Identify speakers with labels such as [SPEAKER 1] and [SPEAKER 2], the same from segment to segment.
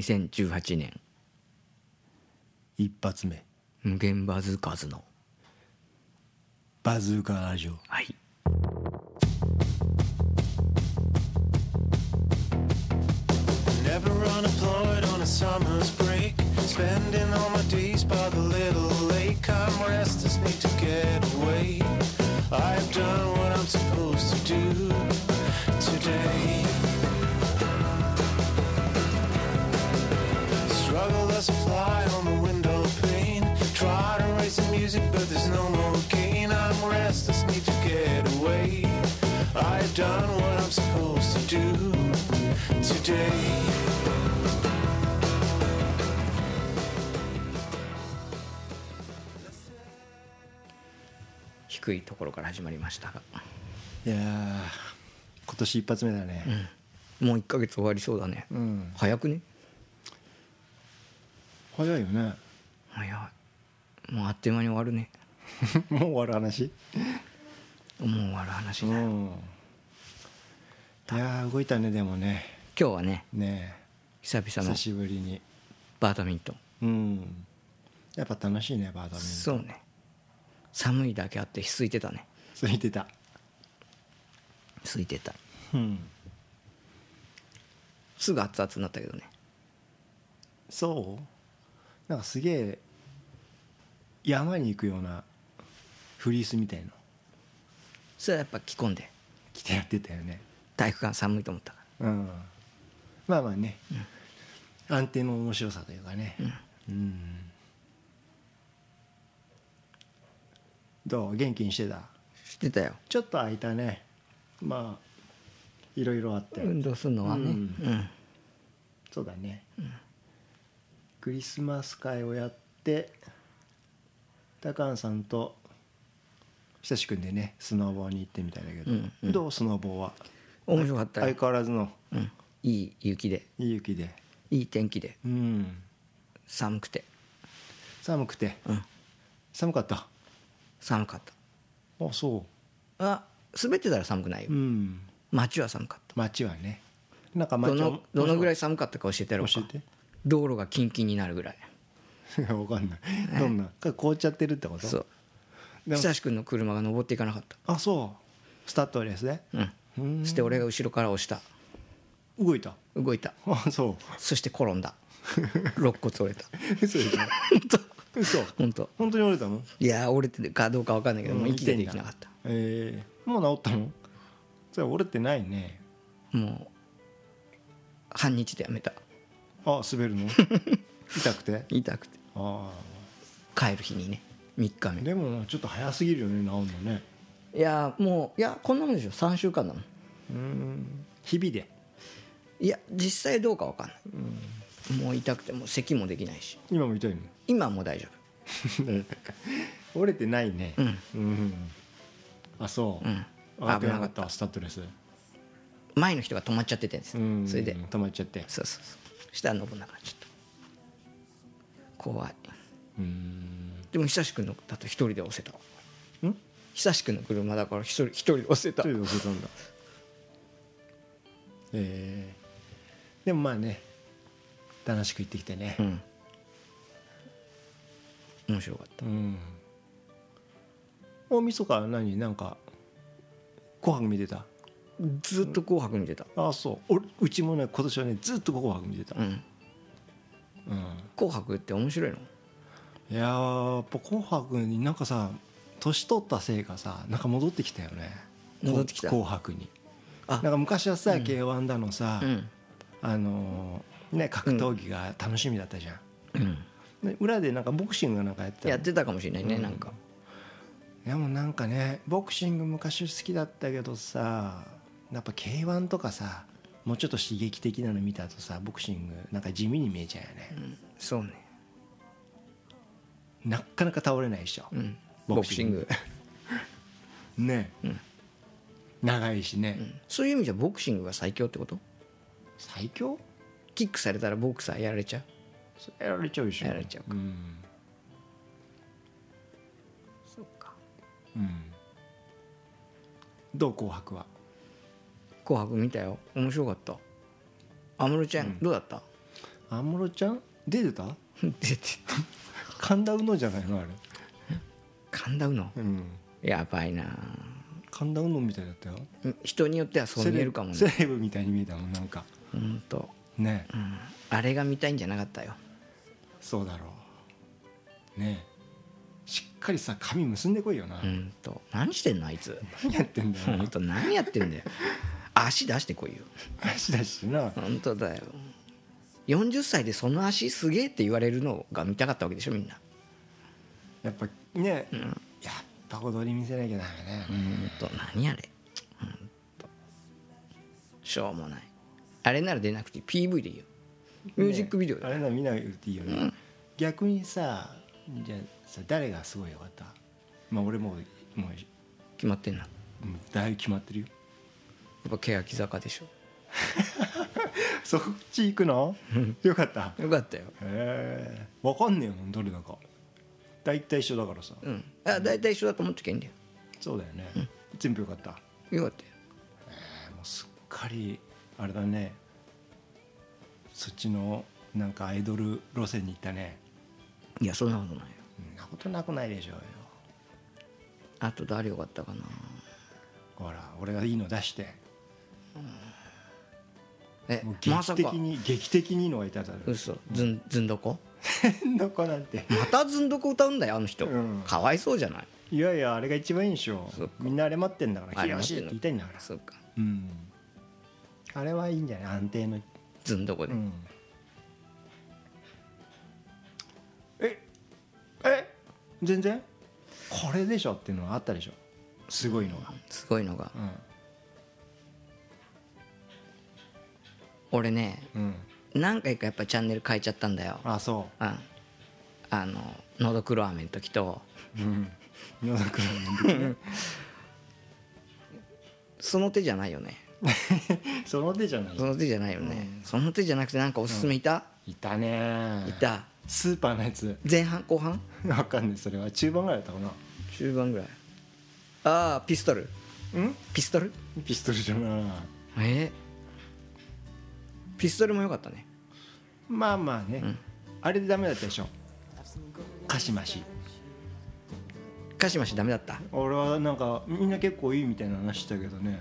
[SPEAKER 1] 2018年
[SPEAKER 2] 一発目
[SPEAKER 1] 無限バズーカーズの
[SPEAKER 2] バズーカラジオ
[SPEAKER 1] はい
[SPEAKER 3] Never unemployed on a summer's break. Spending all my days by the little lake. I'm restless, need to get away. I've done what I'm supposed to do today. Struggle as a fly on the window pane. Try to raise the music, but there's no more gain. I'm restless, need to get away. I've done what I'm supposed to do today.
[SPEAKER 1] 低いところから始まりましたが
[SPEAKER 2] いやー今年一発目だね
[SPEAKER 1] もう1ヶ月終わりそうだね、
[SPEAKER 2] うん、
[SPEAKER 1] 早くね
[SPEAKER 2] 早いよね
[SPEAKER 1] 早いもうあっという間に終わるね
[SPEAKER 2] もう終わる話
[SPEAKER 1] もう終わる話
[SPEAKER 2] う
[SPEAKER 1] だ、今
[SPEAKER 2] んいやー動いたねでもね
[SPEAKER 1] 日はね
[SPEAKER 2] ね
[SPEAKER 1] 久
[SPEAKER 2] え
[SPEAKER 1] 々
[SPEAKER 2] 久
[SPEAKER 1] の
[SPEAKER 2] しぶりに
[SPEAKER 1] バードミントン
[SPEAKER 2] うんやっぱ楽しいねバーダミン
[SPEAKER 1] そうね寒いだけあって空いてたね
[SPEAKER 2] ついてた
[SPEAKER 1] 空いてた
[SPEAKER 2] うん
[SPEAKER 1] すぐ熱々になったけどね
[SPEAKER 2] そうなんかすげえ山に行くようなフリースみたいの
[SPEAKER 1] それはやっぱ着込んで
[SPEAKER 2] 着てやってたよね
[SPEAKER 1] 体育館寒いと思ったか
[SPEAKER 2] うんまあまあね、安定の面白さというかねうん、どう元気にしてた
[SPEAKER 1] らしてたよ
[SPEAKER 2] ちょっと空いたねまあいろいろあって、
[SPEAKER 1] 運動するのはね
[SPEAKER 2] う
[SPEAKER 1] うんん、
[SPEAKER 2] そうだね、クリスマス会をやって高ンさんと久しくんでねスノーボーに行ってみたいだけど、
[SPEAKER 1] うんうん
[SPEAKER 2] どうスノーボーは
[SPEAKER 1] 面白かった
[SPEAKER 2] 相
[SPEAKER 1] よ、
[SPEAKER 2] 変わらずの
[SPEAKER 1] うん、いい雪で
[SPEAKER 2] いい雪で
[SPEAKER 1] いい天気で
[SPEAKER 2] うん
[SPEAKER 1] 寒くて、
[SPEAKER 2] 寒くて
[SPEAKER 1] うん、
[SPEAKER 2] 寒かった
[SPEAKER 1] 寒かっ
[SPEAKER 2] あそ
[SPEAKER 1] たあ滑ってたら寒くないうよ
[SPEAKER 2] うん
[SPEAKER 1] 街は寒かった
[SPEAKER 2] 街はねなんか
[SPEAKER 1] ど
[SPEAKER 2] 街
[SPEAKER 1] のどのぐら
[SPEAKER 2] い
[SPEAKER 1] い寒かったか教えてやろう
[SPEAKER 2] 教
[SPEAKER 1] か
[SPEAKER 2] え
[SPEAKER 1] 道路がキンキンになるぐらい
[SPEAKER 2] て わかんないどんなか凍っちゃってるってこと
[SPEAKER 1] そう
[SPEAKER 2] でも
[SPEAKER 1] 久しくんの車が登っていかなかっ
[SPEAKER 2] あそうスタッドレスね
[SPEAKER 1] た
[SPEAKER 2] う
[SPEAKER 1] うんんそして俺が後ろから押した
[SPEAKER 2] 動いた
[SPEAKER 1] 動いた
[SPEAKER 2] あそう
[SPEAKER 1] そして転 んだ肋骨折れた
[SPEAKER 2] 嘘でしょ嘘
[SPEAKER 1] 本当
[SPEAKER 2] 本当に折れたの
[SPEAKER 1] いやー折れてるかどうか分かんないけど、もう息が
[SPEAKER 2] うん
[SPEAKER 1] で
[SPEAKER 2] 痛い
[SPEAKER 1] き
[SPEAKER 2] んだ
[SPEAKER 1] なかった
[SPEAKER 2] えー、もう治ったのそれ折れてないね
[SPEAKER 1] もう半日でやめた
[SPEAKER 2] あ滑 るの痛くて
[SPEAKER 1] 痛くて
[SPEAKER 2] あ
[SPEAKER 1] 帰る日にね3日
[SPEAKER 2] あ
[SPEAKER 1] 目
[SPEAKER 2] でもちょっと早すぎるよね治るのね
[SPEAKER 1] いやーもういやこんなもんでしょ3週間だもん
[SPEAKER 2] うん日々で
[SPEAKER 1] いや実際どうか分かんない、もう痛くてもう咳もできないし
[SPEAKER 2] 今も痛いの
[SPEAKER 1] 今はもう大丈
[SPEAKER 2] ね 折れてないね
[SPEAKER 1] 夫うん
[SPEAKER 2] うんあそう、
[SPEAKER 1] うん
[SPEAKER 2] あ
[SPEAKER 1] 危なかった
[SPEAKER 2] たスタッドレス
[SPEAKER 1] 前の人が止まっちゃっててんですよ
[SPEAKER 2] うん
[SPEAKER 1] それで
[SPEAKER 2] 止まっちゃって
[SPEAKER 1] そうそうそうしたら登んなくなっちゃった怖い
[SPEAKER 2] うん
[SPEAKER 1] でも久しくんのだと一人で押せた
[SPEAKER 2] ん
[SPEAKER 1] 久しくんの車だから一人一人で押せた
[SPEAKER 2] ということなんだえー、でもまあね楽しく行ってきてね
[SPEAKER 1] うん面白かっ
[SPEAKER 2] うん大晦日は何なんか「紅白」見てた
[SPEAKER 1] たずっと「紅白」見てた
[SPEAKER 2] ああそう俺うちもね今年はねずっと「紅白」見てた、
[SPEAKER 1] うん
[SPEAKER 2] うん
[SPEAKER 1] 「紅白」って面白いの
[SPEAKER 2] いやーやっぱ「紅白」になんかさ年取ったせいかさなんか戻ってきたよね
[SPEAKER 1] 戻ってきた
[SPEAKER 2] こう紅白に
[SPEAKER 1] あ
[SPEAKER 2] なんか昔はさ、k 1だのさ、
[SPEAKER 1] うん
[SPEAKER 2] あのーね格闘技が楽しみだったじゃん、
[SPEAKER 1] うん
[SPEAKER 2] で裏でなんかボクシングなんかやってたの
[SPEAKER 1] やってたかもしれないね
[SPEAKER 2] うん
[SPEAKER 1] なんか
[SPEAKER 2] でもなんかねボクシング昔好きだったけどさやっぱ k 1とかさもうちょっと刺激的なの見た後さボクシングなんか地味に見えちゃうよね、
[SPEAKER 1] そうね
[SPEAKER 2] なかなか倒れないでしょ、
[SPEAKER 1] うん
[SPEAKER 2] ボ
[SPEAKER 1] ボク
[SPEAKER 2] クシ
[SPEAKER 1] シ
[SPEAKER 2] ン
[SPEAKER 1] ン
[SPEAKER 2] グ
[SPEAKER 1] グ
[SPEAKER 2] ね、
[SPEAKER 1] うん
[SPEAKER 2] 長いしね、
[SPEAKER 1] うんそういう意味じゃボクシングが最強ってこと
[SPEAKER 2] 最強
[SPEAKER 1] キックされたらボクサーやられちゃう
[SPEAKER 2] それやられちゃうでしょ
[SPEAKER 1] やられちゃうか
[SPEAKER 2] ん
[SPEAKER 1] そうか
[SPEAKER 2] うんどう紅白は
[SPEAKER 1] 「紅白」見たよ面白かった安室ちゃんどうだった
[SPEAKER 2] 安室ちゃん出てた
[SPEAKER 1] 出てた
[SPEAKER 2] 神田うのじゃないのあれ
[SPEAKER 1] 神田うの
[SPEAKER 2] うん
[SPEAKER 1] やばいな
[SPEAKER 2] 神田うのみたいだったよ
[SPEAKER 1] うん人によってはそう見えるかも
[SPEAKER 2] セレ
[SPEAKER 1] ね
[SPEAKER 2] セレブみたいに見えたもんなんか
[SPEAKER 1] ほんと、
[SPEAKER 2] ね
[SPEAKER 1] うん、あれが見たいんじゃなかったよ
[SPEAKER 2] そうだろうねしっかりさ髪結んでこいよな、
[SPEAKER 1] ほんと何してんのあい つ
[SPEAKER 2] 何やってんだ
[SPEAKER 1] ほ
[SPEAKER 2] よ
[SPEAKER 1] んと何やってんだよ足出してこいよ
[SPEAKER 2] 足だしな
[SPEAKER 1] 本当だよ40歳でその足すげえって言われるのが見たかったわけでしょみんな
[SPEAKER 2] やっぱね、やっぱ踊り見せなきゃダメだよね、
[SPEAKER 1] 本当何あれ本当しょうもないあれなら出なくていい PV でいいよミュージックビデオ
[SPEAKER 2] ねあ
[SPEAKER 1] だよ、
[SPEAKER 2] れなら見なくていいよね、逆にさじゃあさ誰がすごいよかったまあ俺もうもう
[SPEAKER 1] 決まってんなや
[SPEAKER 2] うんだいぶ決まってるよ
[SPEAKER 1] っぱ欅坂でしょ
[SPEAKER 2] そっち行くのよかったへ
[SPEAKER 1] よかったよ
[SPEAKER 2] え分かんねえよどれだか大体一緒だからさ、
[SPEAKER 1] うんあ大体一緒だと思っときゃいいんだよ
[SPEAKER 2] そうだよね、全部よかったも
[SPEAKER 1] よかったよ
[SPEAKER 2] うすっかりあれだねそっちのなんかアイドル路線に行ったね
[SPEAKER 1] いやそんなことないよ
[SPEAKER 2] そんなことなくないでしょうよ
[SPEAKER 1] あと誰よかったかな
[SPEAKER 2] ほら俺がいいの出して
[SPEAKER 1] え
[SPEAKER 2] もう
[SPEAKER 1] まさ
[SPEAKER 2] 劇的
[SPEAKER 1] か
[SPEAKER 2] に、劇的にいいのがいただろ
[SPEAKER 1] 嘘ずんずんどこ
[SPEAKER 2] どこなんて
[SPEAKER 1] またずんどこ歌うんだよあの人、
[SPEAKER 2] うん
[SPEAKER 1] かわいそうじゃない
[SPEAKER 2] いやいやあれが一番いいんでしょ
[SPEAKER 1] そっか
[SPEAKER 2] みんなあれ待ってんだから「
[SPEAKER 1] あれ
[SPEAKER 2] 清
[SPEAKER 1] 待
[SPEAKER 2] し
[SPEAKER 1] っ
[SPEAKER 2] っ
[SPEAKER 1] んだ
[SPEAKER 2] てて言いたいんだから
[SPEAKER 1] そうか
[SPEAKER 2] うんあれはいいんじゃない安定の
[SPEAKER 1] ずんどこで、
[SPEAKER 2] うんええ全然これでしょっていうのはあったでしょすごいのが
[SPEAKER 1] すごいのが
[SPEAKER 2] う
[SPEAKER 1] 俺ね
[SPEAKER 2] ん、うん、
[SPEAKER 1] 何回かやっぱチャンネル変えちゃったんだよ
[SPEAKER 2] あそ
[SPEAKER 1] うんあの「のどくろ飴」の時と
[SPEAKER 2] ううん野田君の時
[SPEAKER 1] その手じゃないよね
[SPEAKER 2] その手じゃない
[SPEAKER 1] その手じゃないよね、その手じゃなくてなんかおすすめいた、
[SPEAKER 2] いたね
[SPEAKER 1] いた
[SPEAKER 2] スーパーのやつ
[SPEAKER 1] 前半後半
[SPEAKER 2] わかんないそれは中盤ぐらいだったかな
[SPEAKER 1] 中盤ぐらいああピストル
[SPEAKER 2] うん
[SPEAKER 1] ピストル
[SPEAKER 2] ピストルじゃな
[SPEAKER 1] えーピストルも良かったね
[SPEAKER 2] まあまあね、あれでダメだったでしょかしまし
[SPEAKER 1] カシマシダメだった
[SPEAKER 2] 俺はなんかみんな結構いいみたいな話したけどね、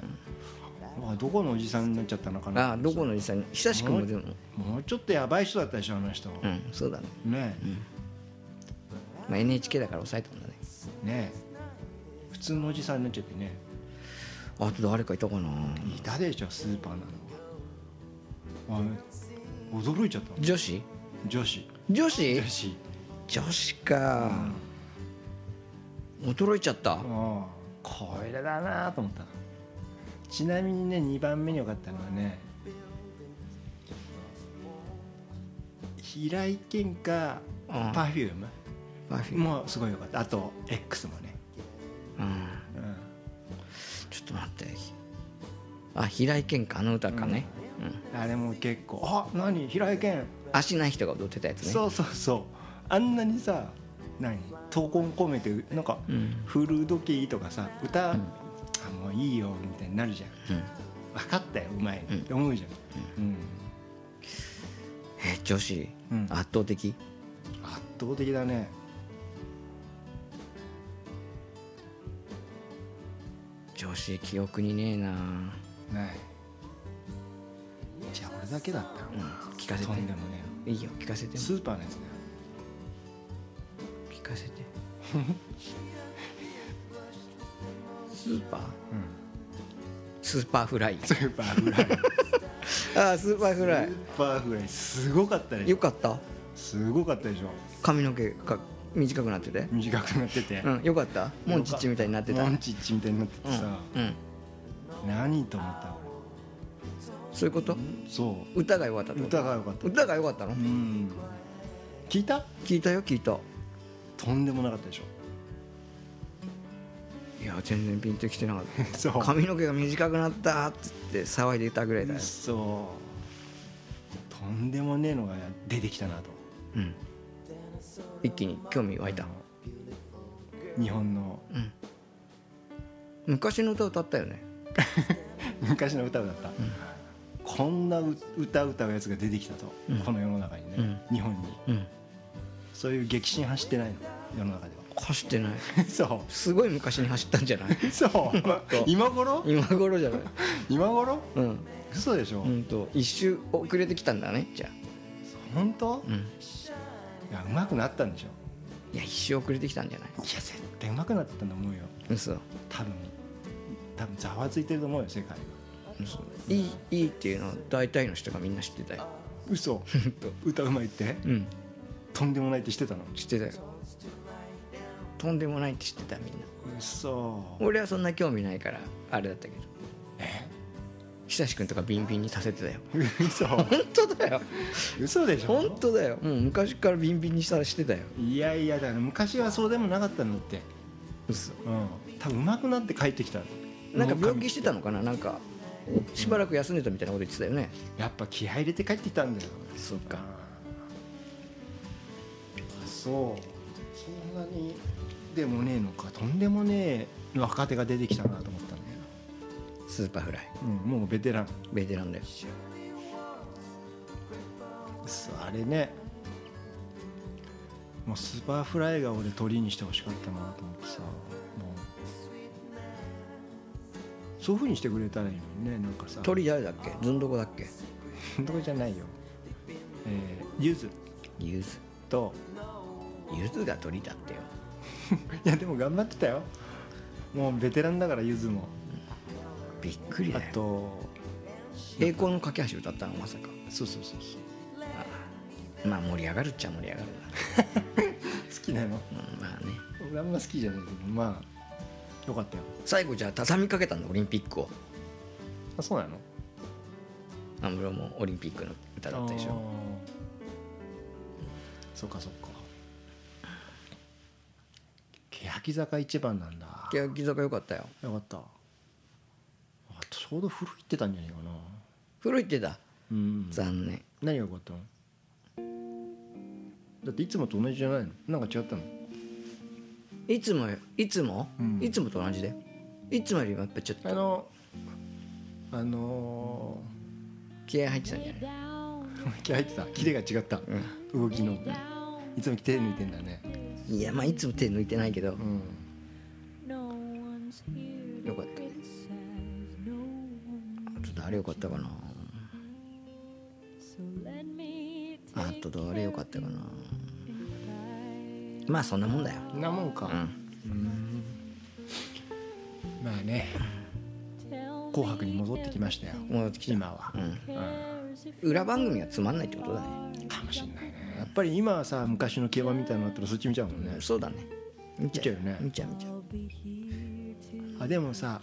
[SPEAKER 2] うわどこのおじさんになっちゃったのかな
[SPEAKER 1] ああどこの実際に久しくもでも
[SPEAKER 2] もうちょっとやばい人だったでしょあの人、
[SPEAKER 1] うんそうだね、
[SPEAKER 2] ね
[SPEAKER 1] まあ、NHK だから抑えたんだね
[SPEAKER 2] ね普通のおじさんになっちゃってね
[SPEAKER 1] あと誰かいたかない
[SPEAKER 2] たでしょスーパーなのがあれ驚いちゃった
[SPEAKER 1] 女子
[SPEAKER 2] 女子
[SPEAKER 1] 女子
[SPEAKER 2] 女子
[SPEAKER 1] 女子か、驚いちゃった、
[SPEAKER 2] ああこれだなと思ったちなみにね2番目に良かったのはね平井堅か
[SPEAKER 1] うん
[SPEAKER 2] Perfume
[SPEAKER 1] パフィー
[SPEAKER 2] もうすごい良かったあと X もね、
[SPEAKER 1] うん
[SPEAKER 2] うん、
[SPEAKER 1] ちょっと待ってあ平井堅かあの歌かね、うん
[SPEAKER 2] あれも結構あ何平井堅
[SPEAKER 1] 足ない人が踊ってたやつね
[SPEAKER 2] そうそうそうあんなにさ何闘魂込めてなんか
[SPEAKER 1] うん
[SPEAKER 2] 「フル時計」とかさ歌、あもういいよみたいになるじゃん
[SPEAKER 1] うん
[SPEAKER 2] 分かったようまいなって思うじゃん、うん
[SPEAKER 1] え女子、
[SPEAKER 2] うん
[SPEAKER 1] 圧倒的
[SPEAKER 2] 圧倒的だね
[SPEAKER 1] 女子記憶にねえな
[SPEAKER 2] ないじゃあ俺だけだったのか
[SPEAKER 1] うん聞かせて
[SPEAKER 2] とんでもね
[SPEAKER 1] いいよ聞かせて
[SPEAKER 2] えスーパーのやつだよ
[SPEAKER 1] 聞かせて スーパー
[SPEAKER 2] うん
[SPEAKER 1] スーパーフライ
[SPEAKER 2] スーパーフライ
[SPEAKER 1] ああスーパーフラ
[SPEAKER 2] ス
[SPEAKER 1] イ
[SPEAKER 2] ーパーフライすごかったでし
[SPEAKER 1] よ
[SPEAKER 2] ょ
[SPEAKER 1] かった
[SPEAKER 2] すごかったでしょ
[SPEAKER 1] 髪の毛が短くなってて
[SPEAKER 2] 短くなってて、
[SPEAKER 1] うんよかったモンチッチみたいになってた
[SPEAKER 2] モ
[SPEAKER 1] う
[SPEAKER 2] ン
[SPEAKER 1] ん
[SPEAKER 2] チッチみたいになっててさ、
[SPEAKER 1] うん
[SPEAKER 2] 何と思った
[SPEAKER 1] そういうこと
[SPEAKER 2] 俺そ
[SPEAKER 1] 歌が良かったっ
[SPEAKER 2] う
[SPEAKER 1] てこと
[SPEAKER 2] 歌が良かった
[SPEAKER 1] 歌が良かったの
[SPEAKER 2] うん聞いた
[SPEAKER 1] 聞いたよ聞いた
[SPEAKER 2] とんでもなかったでしょ
[SPEAKER 1] いや全然ピンときてなかった
[SPEAKER 2] そう
[SPEAKER 1] 髪の毛が短くなったっつって騒いでたぐらいだよ、
[SPEAKER 2] そうとんでもねえのが出てきたなと
[SPEAKER 1] うん、一気に興味湧いた、
[SPEAKER 2] 日本の
[SPEAKER 1] うん、昔の歌歌ったよね
[SPEAKER 2] 昔の歌だった、こんなう歌歌うやつが出てきたと、この世の中にね、日本に
[SPEAKER 1] うん
[SPEAKER 2] そういう激震走ってないの世の中で
[SPEAKER 1] 走ってない
[SPEAKER 2] はそ
[SPEAKER 1] すごい昔に走ったんじゃ ないう
[SPEAKER 2] そう今頃
[SPEAKER 1] 今頃じゃない
[SPEAKER 2] 今頃
[SPEAKER 1] うん
[SPEAKER 2] 嘘でしょ、
[SPEAKER 1] うんと一周遅れてきたんだねじゃあ
[SPEAKER 2] 本当、
[SPEAKER 1] う
[SPEAKER 2] い
[SPEAKER 1] ん
[SPEAKER 2] やうまくなったんでしょ
[SPEAKER 1] いや一周遅れてきたんじゃない
[SPEAKER 2] いや絶対うまくなってたと思うよ
[SPEAKER 1] 嘘
[SPEAKER 2] 多分多分ざわついてると思うよ世界が
[SPEAKER 1] 嘘いいいいっていうのを大体の人がみんな知ってたよ
[SPEAKER 2] 嘘
[SPEAKER 1] うんと
[SPEAKER 2] 歌うまいって
[SPEAKER 1] うん
[SPEAKER 2] とんでもないってしてたの
[SPEAKER 1] 知ってたよとんでもないって知ってたみんな
[SPEAKER 2] 嘘
[SPEAKER 1] 俺はそんな興味ないからあれだったけど
[SPEAKER 2] え
[SPEAKER 1] 久志君とかビンビンにさせてたよ
[SPEAKER 2] 嘘
[SPEAKER 1] 本当だよ
[SPEAKER 2] 嘘でしょ
[SPEAKER 1] 本当だよもう昔からビンビンにさしてたよ
[SPEAKER 2] いやいやだから昔はそうでもなかったんだって
[SPEAKER 1] 嘘
[SPEAKER 2] うん多分うまくなって帰ってきたの
[SPEAKER 1] なんか病気してたのかななんかしばらく休んでたみたいなこと言ってたよね
[SPEAKER 2] やっぱ気合い入れて帰ってきたんだよ
[SPEAKER 1] そっか
[SPEAKER 2] あそうそんなにでもねえのかとんでもねえ若手が出てきたなと思ったんだよ
[SPEAKER 1] スーパーフライ
[SPEAKER 2] うん、もうベテラン
[SPEAKER 1] ベテランだよ
[SPEAKER 2] そうあれねもうスーパーフライが俺鳥にしてほしかったなと思ってさもうそういうふうにしてくれたらいいのにねなんかさ
[SPEAKER 1] 鳥誰だっけずんどこだっけ
[SPEAKER 2] とこじゃないよえーゆず、
[SPEAKER 1] ゆず
[SPEAKER 2] と
[SPEAKER 1] ゆずが鳥だってよ
[SPEAKER 2] いやでも頑張ってたよもうベテランだからゆずも
[SPEAKER 1] びっくり
[SPEAKER 2] あ
[SPEAKER 1] だよ
[SPEAKER 2] と
[SPEAKER 1] 栄光の架け橋歌ったのまさか
[SPEAKER 2] そうそうそうそう
[SPEAKER 1] まあ盛り上がるっちゃ盛り上がる
[SPEAKER 2] 好きなの
[SPEAKER 1] な、うん、まあね
[SPEAKER 2] 俺あんま好きじゃないけどまあよかったよ
[SPEAKER 1] 最後じゃあ畳みかけたんだオリンピックを
[SPEAKER 2] あそうなの
[SPEAKER 1] 安室もオリンピックの歌だったでし
[SPEAKER 2] あ
[SPEAKER 1] ょ
[SPEAKER 2] ーそっかそっか欅坂一番なんだよ
[SPEAKER 1] 欅坂よかったよ
[SPEAKER 2] かったあちょうど古いってたんじゃないかな
[SPEAKER 1] 古いってた
[SPEAKER 2] うん
[SPEAKER 1] 残念
[SPEAKER 2] 何がよかったのだっていつもと同じじゃないのなんか違ったの
[SPEAKER 1] いつもよいつも、
[SPEAKER 2] うん
[SPEAKER 1] いつもと同じでいつもよりもやっぱちょっ
[SPEAKER 2] あ
[SPEAKER 1] と
[SPEAKER 2] のあの
[SPEAKER 1] 気合入ってたんじゃない
[SPEAKER 2] ー、気合入ってたキレが違った、動きのいつも手抜いてんだね
[SPEAKER 1] いやまあいつも手抜いてないけど、
[SPEAKER 2] うん
[SPEAKER 1] よかったよねあと誰よかったかなあと誰よかったかなまあそんなもんだよ
[SPEAKER 2] そんなもんか、
[SPEAKER 1] うん
[SPEAKER 2] まあね「紅白」に戻ってきましたよ
[SPEAKER 1] 戻ってきた
[SPEAKER 2] 今は、
[SPEAKER 1] 裏番組はつまんないってことだね
[SPEAKER 2] かもしれないねやっぱり今はさ昔の競馬みたいなのあったらそっち見ちゃうもんね
[SPEAKER 1] そうだね見
[SPEAKER 2] ちゃうよね
[SPEAKER 1] 見ちゃう見ちゃう
[SPEAKER 2] あでもさ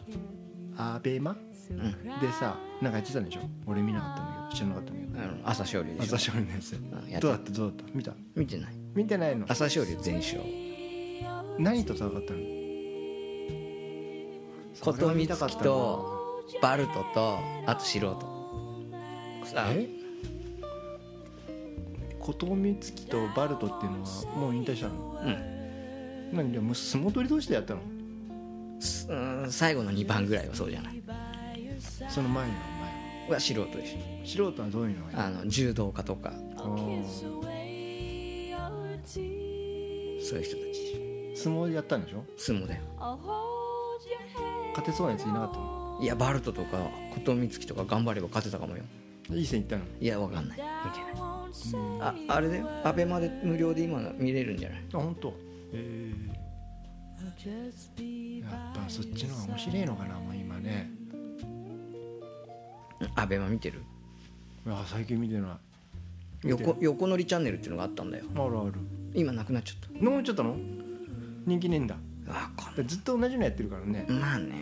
[SPEAKER 2] アベマ
[SPEAKER 1] うん
[SPEAKER 2] でさなんかやってたんでしょ俺見なかったんだけど知らなかったんだ
[SPEAKER 1] あ
[SPEAKER 2] けど
[SPEAKER 1] の朝青龍でしょ
[SPEAKER 2] 朝青龍のやつ
[SPEAKER 1] んやってた
[SPEAKER 2] どうだったどうだった見た
[SPEAKER 1] 見てない
[SPEAKER 2] 見てないの
[SPEAKER 1] 朝青龍全勝
[SPEAKER 2] 何と戦ったのそれ
[SPEAKER 1] 琴
[SPEAKER 2] は見
[SPEAKER 1] 光
[SPEAKER 2] たかっ
[SPEAKER 1] 希
[SPEAKER 2] たな
[SPEAKER 1] とバルトとあと素人さ
[SPEAKER 2] え琴光希とバルトっていうのはもう引退したの
[SPEAKER 1] うん
[SPEAKER 2] 何でもう相撲取り同士でやったの
[SPEAKER 1] すうーん最後の2番ぐらいはそうじゃない
[SPEAKER 2] その前の
[SPEAKER 1] は素人でしょ
[SPEAKER 2] 前素人はどういうのがいい
[SPEAKER 1] あの柔道家とか
[SPEAKER 2] の
[SPEAKER 1] そういう人たち
[SPEAKER 2] 相撲でやったんでしょ
[SPEAKER 1] 相撲だよ
[SPEAKER 2] 勝てそうなやついなかったの
[SPEAKER 1] いやバルトとか琴光希とか頑張れば勝てたかもよ
[SPEAKER 2] いい線いったの
[SPEAKER 1] いやわかんない見てないああれだよアベマで無料で今の見れるんじゃない
[SPEAKER 2] あ本当。ええやっぱそっちの方が面白いのかなもう今ね
[SPEAKER 1] うんアベマ見てる
[SPEAKER 2] いや最近見てないあ見てる
[SPEAKER 1] 横横乗りチャンネルっていうのがあったんだよ
[SPEAKER 2] るある
[SPEAKER 1] 今なくなっちゃっ
[SPEAKER 2] 飲んちゃったの人気ねえんだ
[SPEAKER 1] たわかん
[SPEAKER 2] だからずっと同じのやってるからね
[SPEAKER 1] ないまあね、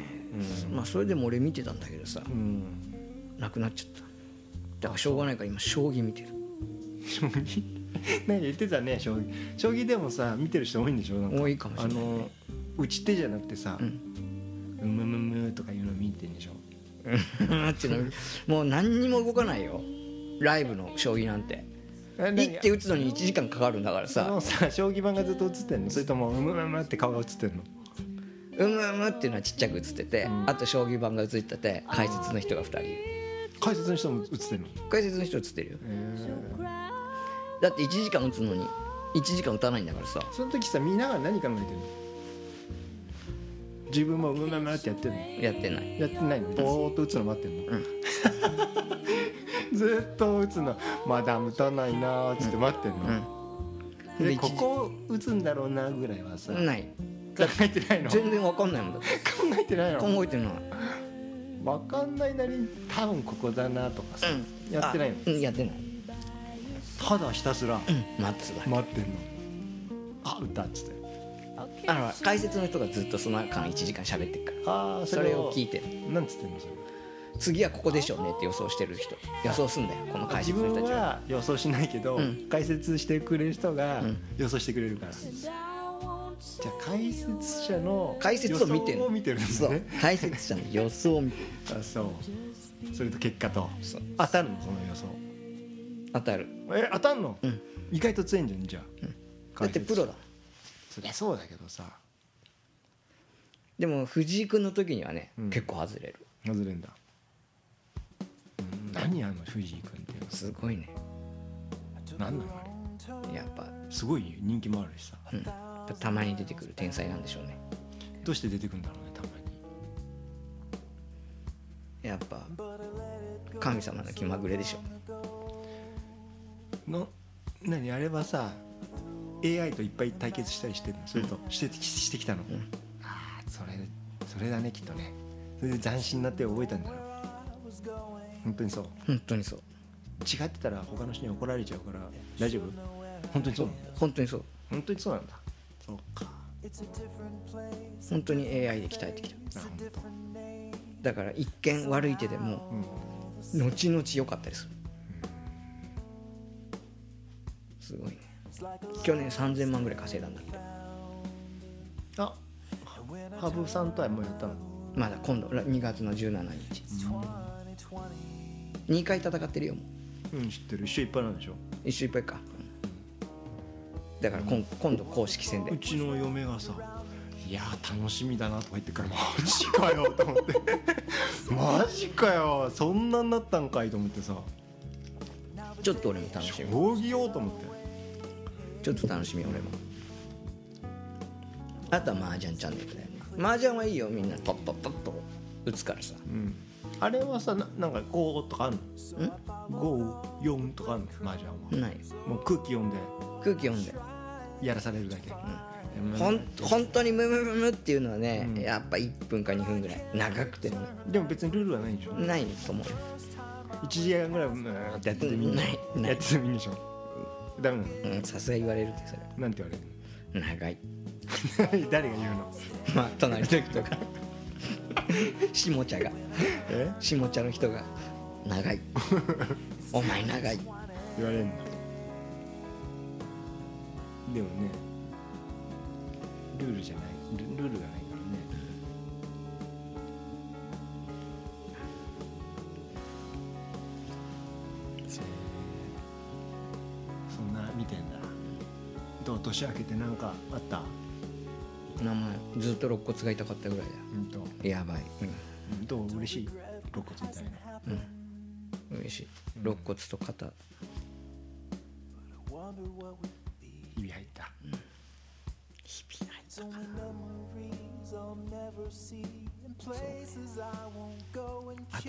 [SPEAKER 1] まあそれでも俺見てたんだけどさ
[SPEAKER 2] うん
[SPEAKER 1] なくなっちゃっただからしょうがないから今将棋見てる
[SPEAKER 2] 将棋なんか言ってたね将棋将棋でもさ見てる人多いんでしょなんか
[SPEAKER 1] 多いかもしれない
[SPEAKER 2] あの打ち手じゃなくてさ「う
[SPEAKER 1] うん
[SPEAKER 2] むむむ」とかいうの見てんでしょ
[SPEAKER 1] うんってなるもう何にも動かないよライブの将棋なんて
[SPEAKER 2] え何
[SPEAKER 1] 一手打つのに1時間かかるんだから
[SPEAKER 2] その
[SPEAKER 1] さ
[SPEAKER 2] さ将棋盤がずっと映ってんのそれとも「うむむむ」って顔が映ってんの
[SPEAKER 1] 「うむうむ」っていうのはちっちゃく映っててあと将棋盤が映ってて解説の人が2人
[SPEAKER 2] 解説の人も映ってるの
[SPEAKER 1] 解説の人映ってるよ
[SPEAKER 2] え
[SPEAKER 1] だって1時間打つのに1時間打たないんだからさ
[SPEAKER 2] その時さみんなが何考えてるの自分もうまうまってやってるの
[SPEAKER 1] やってない
[SPEAKER 2] やってないのぼーっと打つの待ってんの、ずっと打つのまだ打たないなーっつって待ってんの、
[SPEAKER 1] うん
[SPEAKER 2] で
[SPEAKER 1] で
[SPEAKER 2] ここ打つんだろうなぐらいはさ、考
[SPEAKER 1] ない
[SPEAKER 2] えてないの考
[SPEAKER 1] 全然わかんないもんだって
[SPEAKER 2] えてないの
[SPEAKER 1] 考えてない
[SPEAKER 2] わかんないなりに多分ここだなとかさ、やってないの
[SPEAKER 1] あうんやってない
[SPEAKER 2] ただひたすら
[SPEAKER 1] 待つだけ
[SPEAKER 2] 待ってんのあ打ったっつって
[SPEAKER 1] あの解説の人がずっとその間1時間喋ってるから
[SPEAKER 2] ああ
[SPEAKER 1] それを聞いて
[SPEAKER 2] なんつってんのそれ
[SPEAKER 1] 次はここでしょうねって予想してる人予想すんだよこの解
[SPEAKER 2] 自
[SPEAKER 1] 説の人
[SPEAKER 2] 分
[SPEAKER 1] たちは
[SPEAKER 2] は予想しないけど、
[SPEAKER 1] うん
[SPEAKER 2] 解説してくれる人が
[SPEAKER 1] ん
[SPEAKER 2] 予想してくれるから、じゃあ解説者の
[SPEAKER 1] 解説を見て
[SPEAKER 2] 予
[SPEAKER 1] る
[SPEAKER 2] 想を見てるんですね
[SPEAKER 1] そう解説者の予想を見てる
[SPEAKER 2] あそうそれと結果と
[SPEAKER 1] そう
[SPEAKER 2] 当たるのその予想
[SPEAKER 1] 当たる
[SPEAKER 2] え当たんの、
[SPEAKER 1] うん
[SPEAKER 2] 意外と強いんじゃんじゃあ、
[SPEAKER 1] だってプロだ
[SPEAKER 2] そりゃそうだけどさ
[SPEAKER 1] でも藤井君の時にはね、
[SPEAKER 2] うん
[SPEAKER 1] 結構外れる
[SPEAKER 2] 外れんだうん何あの藤井君っていうの
[SPEAKER 1] すごいね
[SPEAKER 2] 何なのあれ
[SPEAKER 1] やっぱ
[SPEAKER 2] すごい人気もあるしさ、
[SPEAKER 1] うんやっぱたまに出てくる天才なんでしょうね
[SPEAKER 2] どうして出てくるんだろうねたまに
[SPEAKER 1] やっぱ神様の気まぐれでしょ
[SPEAKER 2] の何あれはさ AI といっぱい対決したりしてるのそれと、してしてきたの、ああそれそれだねきっとねそれで斬新な手を覚えたんだろう本当にそう
[SPEAKER 1] 本当にそう
[SPEAKER 2] 違ってたら他の人に怒られちゃうから大丈夫本当にそうなんだ
[SPEAKER 1] 本当にそう
[SPEAKER 2] 本当にそうなんだそうか
[SPEAKER 1] 本当に AI で鍛えてきた
[SPEAKER 2] あ本当
[SPEAKER 1] だから一見悪い手でも
[SPEAKER 2] うん
[SPEAKER 1] 後々良かったりするすごいね去年3000万ぐらい稼いだんだって
[SPEAKER 2] あ羽生さんとはもうやったの
[SPEAKER 1] まだ今度ら2月の17日2回戦ってるよもう
[SPEAKER 2] うん知ってる一緒いっぱいなんでしょ
[SPEAKER 1] 一周いっぱいかだから今今度公式戦で
[SPEAKER 2] うちの嫁がさ「いやー楽しみだな」とか言って から「マジかよ」と思って 「マジかよそんなになったんかい」と思ってさ
[SPEAKER 1] ちょっと俺も楽しみ
[SPEAKER 2] 将棋よと思って
[SPEAKER 1] ちょっと楽しみ俺もあとは麻雀チャンネルだよね麻雀はいいよみんなパッパッパッと打つからさ
[SPEAKER 2] うんあれはさななんか5とかあるの54とかあるの麻雀は
[SPEAKER 1] ない
[SPEAKER 2] もう空気読んで
[SPEAKER 1] 空気読んで
[SPEAKER 2] やらされるだけ、でも
[SPEAKER 1] ほん本当にムムムムっていうのはね、
[SPEAKER 2] うん
[SPEAKER 1] やっぱ1分か2分ぐらい長くてもね
[SPEAKER 2] でも別にルールはないんでしょ
[SPEAKER 1] ないと思うよ
[SPEAKER 2] 1時間ぐらいうーんってやっててみんな
[SPEAKER 1] ないない
[SPEAKER 2] やっててみんでしょダメな
[SPEAKER 1] うんさすがに言われるってそ
[SPEAKER 2] のなんて言わ
[SPEAKER 1] れ長い
[SPEAKER 2] れるの 誰が言うの
[SPEAKER 1] まあ隣の人が 下茶が
[SPEAKER 2] え
[SPEAKER 1] 下茶の人が長 いお前長い
[SPEAKER 2] 言われるのでもねルールじゃないルルールがないからねそんな見てんだどう年明けてなんかあった
[SPEAKER 1] 名前ずっと肋骨が痛かったぐらい
[SPEAKER 2] うんと
[SPEAKER 1] だやばい、
[SPEAKER 2] うんどう嬉しい肋骨みたいな
[SPEAKER 1] うん、嬉しい肋骨と肩
[SPEAKER 2] 指入った
[SPEAKER 1] ひび入っ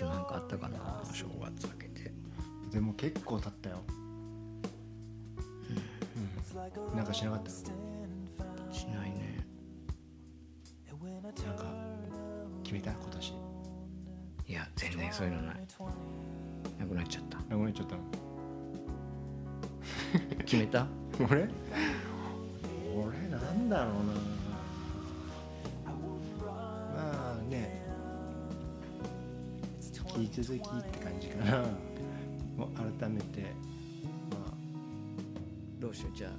[SPEAKER 1] たかなあとなんかあったかな正月明けて
[SPEAKER 2] でも結構経ったよ、うん、なんかしなかった
[SPEAKER 1] しないね
[SPEAKER 2] なんか決めた今年
[SPEAKER 1] いや全然そういうのないなくなっちゃった
[SPEAKER 2] あごめんちょっと
[SPEAKER 1] 決めた
[SPEAKER 2] 俺俺なんだろうなまあね引き続きって感じかなもう改めてまあ
[SPEAKER 1] どうしようじゃあ